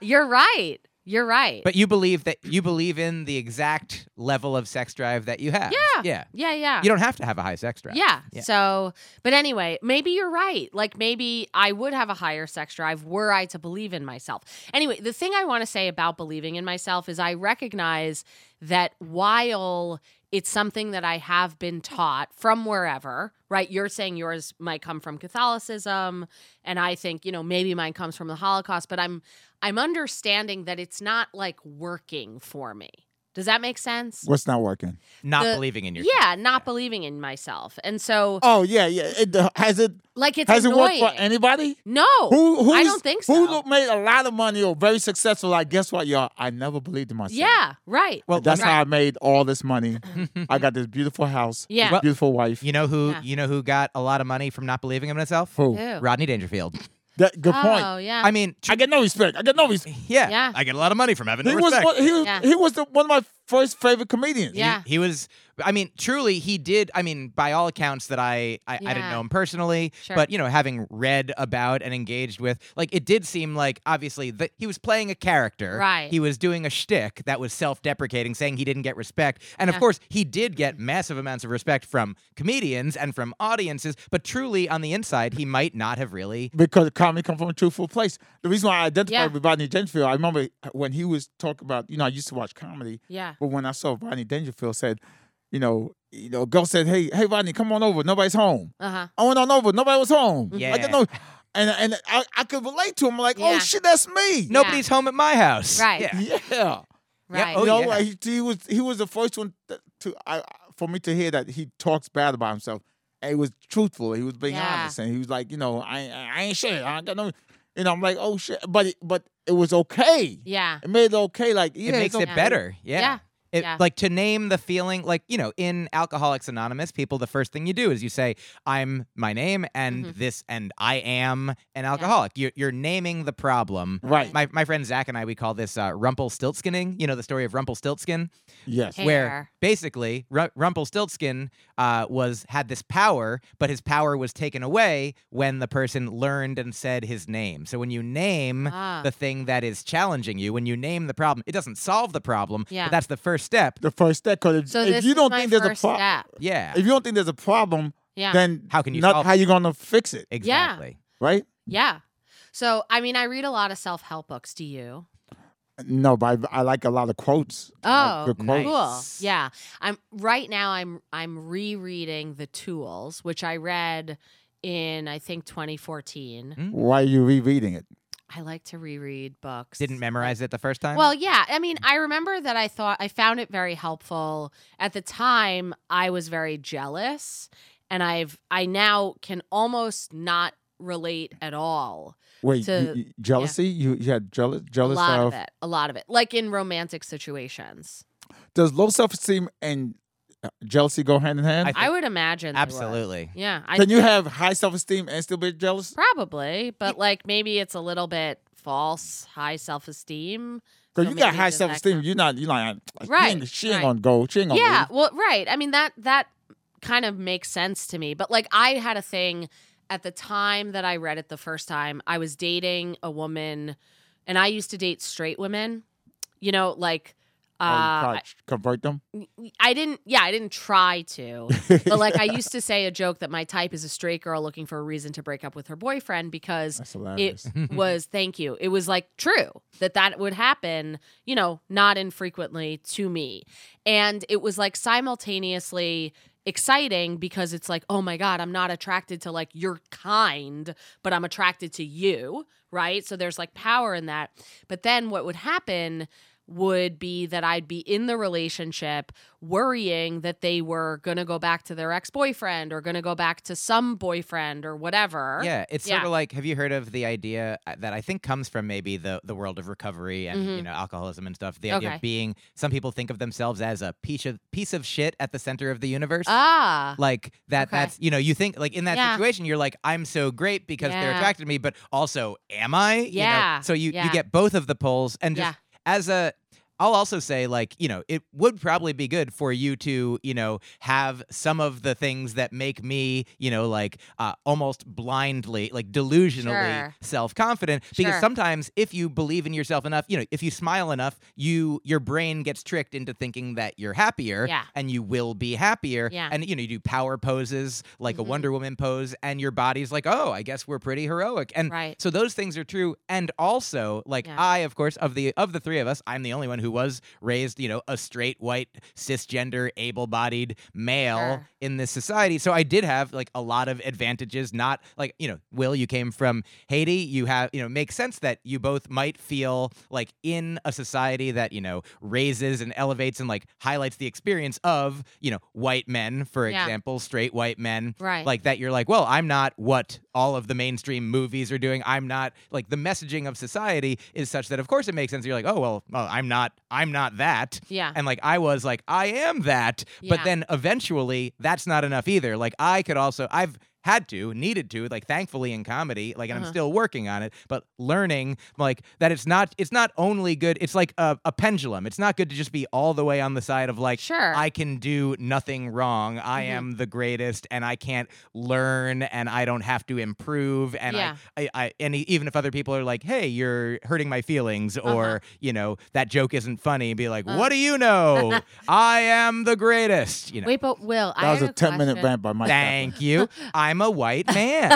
You're right. You're right. But you believe that you believe in the exact level of sex drive that you have. Yeah. Yeah. yeah, yeah. You don't have to have a high sex drive. yeah. Yeah. So, but anyway, maybe you're right. Like, maybe I would have a higher sex drive were I to believe in myself. Anyway, the thing I want to say about believing in myself is I recognize that while it's something that I have been taught from wherever, right? You're saying yours might come from Catholicism, and I think, you know, maybe mine comes from the Holocaust, but I'm I'm understanding that it's not like working for me. Does that make sense? What's not working? Not The- believing in yourself. Yeah, not believing in myself. And so Oh yeah, yeah. It, has it like it's has annoying. it worked for anybody? no, Who who's, I don't think so. Who look- made a lot of money or very successful? Like, guess what, y'all? I never believed in myself. yeah, right. Well, That's let me- how I made all this money. I got this beautiful house. Yeah. Well- Beautiful wife. You know who Yeah. you know who got a lot of money from not believing in himself? Who? Ew. Rodney Dangerfield. That, good Oh point. yeah. I mean, tr- I get no respect. I get no respect. yeah, Yeah. I get a lot of money from having He no was, respect. one, he, was, Yeah. he was the, one of my first favorite comedians. Yeah. He was. I mean, truly, he did. I mean, by all accounts that I I, I didn't Yeah. know him personally, Sure. but you know, having read about and engaged with, like, it did seem like obviously that he was playing a character. Right. He was doing a shtick that was self-deprecating, saying he didn't get respect, and Yeah. of course, he did get massive amounts of respect from comedians and from audiences. But truly, on the inside, he might not have really. Because comedy comes from a truthful place. The reason why I identify Yeah. with Rodney Dangerfield, I remember when he was talking about, you know, I used to watch comedy, yeah. but when I saw Rodney Dangerfield said, you know, you know, a girl said, hey, hey, Rodney, come on over. Nobody's home. Uh huh. I went on over. Nobody was home. I Yeah. didn't know. And, and I, I could relate to him. like, Yeah. oh, shit, that's me. No. Nobody's home at my house. Right. Yeah. Yeah. Right. Oh, you know, yeah. like, he, he was he was the first one th- to I, for me to hear that he talks bad about himself. And he was truthful. He was being Yeah. honest, and he was like, you know, I I I ain't shit. I got no, you know. I'm like, oh shit, but it, but it was okay. Yeah. It made it okay. Like yeah, it it's makes it okay. better. Yeah. Yeah. It, Yeah. Like to name the feeling, like, you know, in Alcoholics Anonymous, people, the first thing you do is you say, I'm my name and Mhm. this, and I am an alcoholic. You're, you're naming the problem. Right. My, my friend Zach and I, we call this uh, Rumpelstiltskinning. You know, the story of Rumpelstiltskin? Yes. Hey. Hair. where basically Ru- Rumpelstiltskin uh, was had this power, but his power was taken away when the person learned and said his name. So when you name Ah. the thing that is challenging you, when you name the problem, it doesn't solve the problem. Yeah. but that's the first step. The first step. Because if, So if this you is don't my think there's a first problem, step. Yeah, if you don't think there's a problem, Yeah. then How can you not- solve how it? you gonna fix it? exactly. Right? yeah. So I mean, I read a lot of self help books. Do you? No, but I, I like a lot of quotes. I like Oh, good quotes. nice. Cool. Nice. Yeah. I'm right now I'm I'm rereading The Tools, which I read in I think 2014. Why are you rereading it? I like to reread books. Didn't memorize it the first time. Well, yeah. I mean, I remember that I thought I found it very helpful. At the time, I was very jealous, and I've I now can almost not relate at all. Wait, to- you, you- jealousy? You you had jealous jealous a lot of, of it, a lot of it, like in romantic situations. Does low self esteem and uh, jealousy go hand in hand? I- I would imagine they would. absolutely. Yeah, I Can you have high self esteem and still be jealous? probably, but like maybe it's a little bit false high self esteem. Because So you got maybe high does that self esteem, you're not you're not like, Right, She ain't, she ain't right. gonna go. She ain't gonna. Yeah, leave. well, right. I mean that that kind of makes sense to me. But like I had a thing at the time that I read it the first time. I was dating a woman and I used to date straight women. You know, like uh Oh, you I, try to convert them. I didn't yeah, I didn't try to. But like I used to say a joke that my type is a straight girl looking for a reason to break up with her boyfriend because That's it hilarious. was thank you it was like true that that would happen you know not infrequently to me and it was like simultaneously exciting because it's like oh my god i'm not attracted to like your kind but i'm attracted to you right so there's like power in that but then what would happen would be that I'd be in the relationship worrying that they were going to go back to their ex boyfriend or going to go back to some boyfriend or whatever. Yeah, it's Yeah. sort of like have you heard of the idea uh, that I think comes from maybe the the world of recovery and Mhm. you know alcoholism and stuff. The idea Okay. of being some people think of themselves as a piece of piece of shit at the center of the universe. Ah. like that okay. that's you know you think like in that Yeah. situation you're like I'm so great because they're Yeah. attracted to me but also am I? You know, Yeah, So you yeah. you get both of the poles and just Yeah. as a I'll also say, like, you know, it would probably be good for you to, you know, have some of the things that make me, you know, like uh, almost blindly, like delusionally Sure. self confident. Because Sure. sometimes if you believe in yourself enough, you know, if you smile enough, you your brain gets tricked into thinking that you're happier Yeah. and you will be happier. Yeah. And, you know, you do power poses like Mhm. a Wonder Woman pose, and your body's like, oh, I guess we're pretty heroic. And Right. so those things are true. And also, like Yeah. I, of course, of the of the three of us, I'm the only one who was raised, you know, a straight white cisgender able-bodied male Sure. in this society. So I did have like a lot of advantages. Not like you know, Will, you came from Haiti. You have you know, makes sense that you both might feel like in a society that you know raises and elevates and like highlights the experience of you know white men, for Yeah. example, straight white men Right. like that you're like well i'm not what all of the mainstream movies are doing i'm not like the messaging of society is such that of course it makes sense you're like oh well, well i'm not i'm not that yeah. and like i was like i am that Uh-huh. Yeah. but then eventually that's not enough either like i could also i've had to needed to like thankfully in comedy like and Uh-huh. i'm still working on it but learning like that it's not it's not only good it's like a, a pendulum it's not good to just be all the way on the side of like Sure. I can do nothing wrong. I Mhm. am the greatest, and I can't learn, and I don't have to improve. And Yeah. I, I, I, and e- even if other people are like, "Hey, you're hurting my feelings," or you know that joke isn't funny, be like, Uh-huh. Uh. "What do you know? I am the greatest." You know. Wait, but Will, I That was had a 10 minute question. rant by Mike. Thank you. I'm a white man.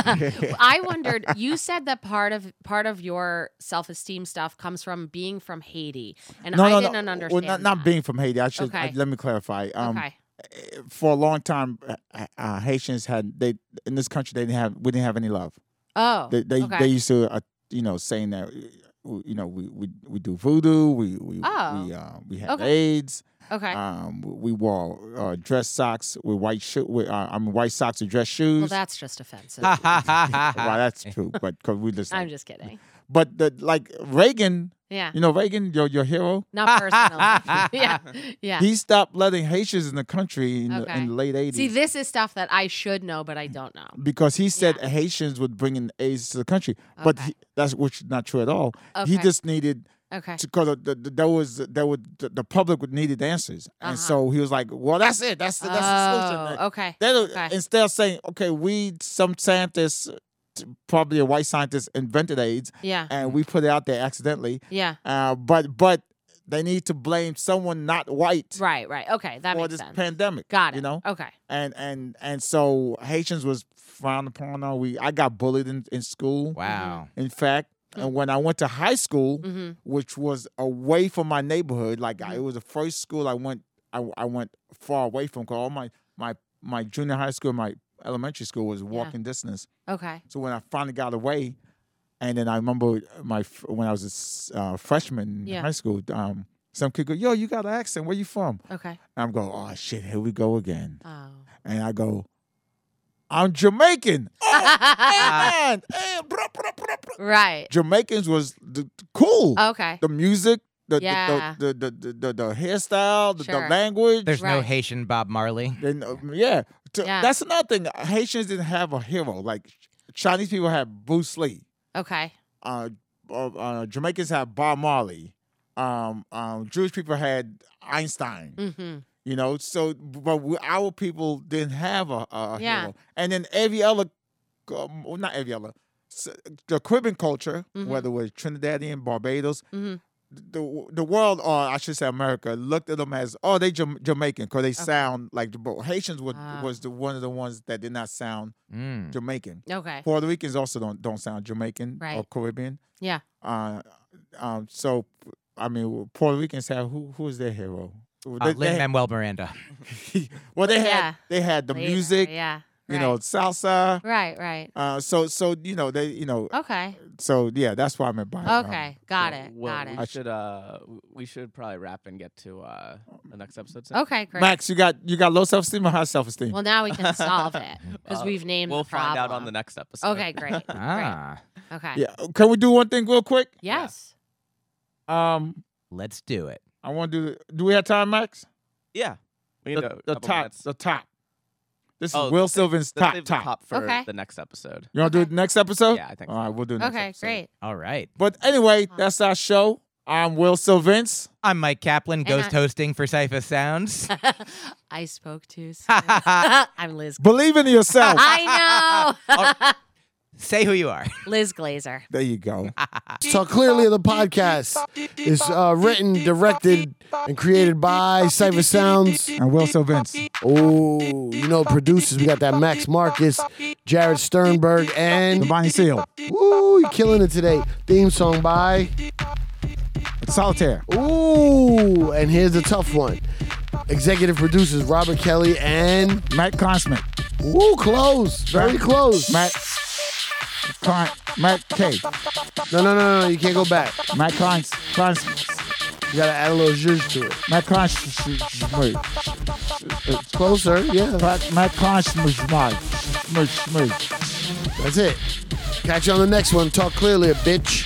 I wondered. You said that part of part of your self esteem stuff comes from being from Haiti, and I didn't understand. Well, not, not that. being from Haiti. I should I- Okay. let me clarify. Um, okay. For a long time, uh, uh, Haitians had they in this country they didn't have we didn't have any love. Oh, They they, okay. they used to uh, you know saying that uh, you know we we, we do voodoo. We we Oh. we uh, we had Okay. AIDS. okay. Um, we wore uh, dress socks with white sho- with, uh, I mean white socks and dress shoes. well, that's just offensive. Ha, ha, ha, ha, well, ha. that's true, but because we just, I'm just kidding. but the, like Reagan, Yeah, you know Reagan, your your hero. not personal. yeah, yeah. He stopped letting Haitians in the country in, the, Okay. in the late 80s See, this is stuff that I should know, but I don't know. because he said Haitians would bring in AIDS to the country. But Okay. he, that's which is not true at all. He Okay. just needed Okay. because the, the, there was there would the, the public would needed answers, Uh-huh. and so he was like, "Well, that's it. That's the, that's the solution." Oh, okay. They don't- okay. Instead of saying, "Okay, we some scientists, t- probably a white scientist, invented AIDS, Yeah, and we put it out there accidentally," yeah. uh, but but they need to blame someone not white Right, right. Okay, that for makes this sense. pandemic. Got it. You know, Okay. and and and so Haitians was frowned upon. uh, We I got bullied in, in school. Wow. In fact, Hmm. and when I went to high school, Mm-hmm. which was away from my neighborhood, like I, it was the first school I went I, I went far away from because all my my my junior high school, my elementary school was walking distance. Okay. So when I finally got away, and then I remember my f- when I was a s- uh, freshman in Yeah. high school, um, some kid go, "Yo, you got an accent? Where you from?" Okay. And I'm going, "Oh shit, here we go again." Oh. and I go, I'm Jamaican. Oh, man. Eh, bruh, bruh, bruh, bruh. right. Jamaicans was the, the cool. Okay. The music, the, Yeah. the, the, the, the, the, the hairstyle, the, Sure. the language. There's no Right. Haitian Bob Marley. Then, uh, yeah. To- Yeah. That's another thing. Haitians didn't have a hero. Like Chinese people had Bruce Lee. Okay. Uh, uh, uh, Jamaicans had Bob Marley. Um, um, Jewish people had Einstein. Mm-hmm. You know, so but we, our people didn't have a, a Yeah. hero, and then every other, um, well, not every other, s- the Caribbean culture, Mhm. whether it was Trinidadian, Barbados, Mhm. the the world, or I should say America, looked at them as oh they Jam- Jamaican because they sound like the but Haitians were, Ah. was the one of the ones that did not sound Mm. Jamaican. Okay. Puerto Ricans also don't don't sound Jamaican or Right. Caribbean. Yeah. Uh, um, so I mean, Puerto Ricans have who who is their hero? Uh, Lin Manuel Miranda. well, they had Yeah. they had the Later, music, Yeah. you know, Right. salsa. Right, right. Uh, so so you know they you know Okay. so yeah that's why I meant by um, Okay. Got Well- it. well, Got we I- it. should uh, w- we should probably wrap and get to uh the next episode. soon. Okay, great. Max, you got you got low self esteem or high self esteem? Well, now we can solve it because Uh, we've named We'll the problem. find out on the next episode. Okay, great. great. Ah, Okay. yeah. Can we do one thing real quick? Yes. Um, let's do it. I want to do. Do we have time, Max? yeah. We need The, a the couple top. minutes. The top. This Oh, is Will let's save- Sylvan's Let's top save the top. top for Okay. the next episode. You want to do it Okay. next episode? Yeah, I think All right, we'll do. Next Okay, episode. great. Uh-huh. All right. But anyway, Wow. that's our show. I'm Will Sylvince. I'm Mike Kaplan, And ghost I- hosting for Cypher Sounds. I spoke too soon. I'm Liz. Believe in yourself. I know. Say who you are. Liz Glazer. there you go. So clearly, the podcast is uh, written, directed, and created by Cypher Sounds. And Will Sylvince. Oh, you know, producers. We got that Max Marcus, Jared Sternberg, and Bonnie Seal. Ooh, you're killing it today. Theme song by It's solitaire. Ooh, and here's a tough one. Executive producers Robert Kelly and Matt Consmith. Ooh, close, very close. Matt. Klein, Matt K. No, no, no, no, you can't go back. Matt Klein. Klein You gotta add a little zhuzh to it. Matt Klein. Wait. It's close. Closer, yeah. Matt Matt Klein. Schmush. Schmush. Schmush. That's it. Catch you on the next one. Talk clearly, bitch.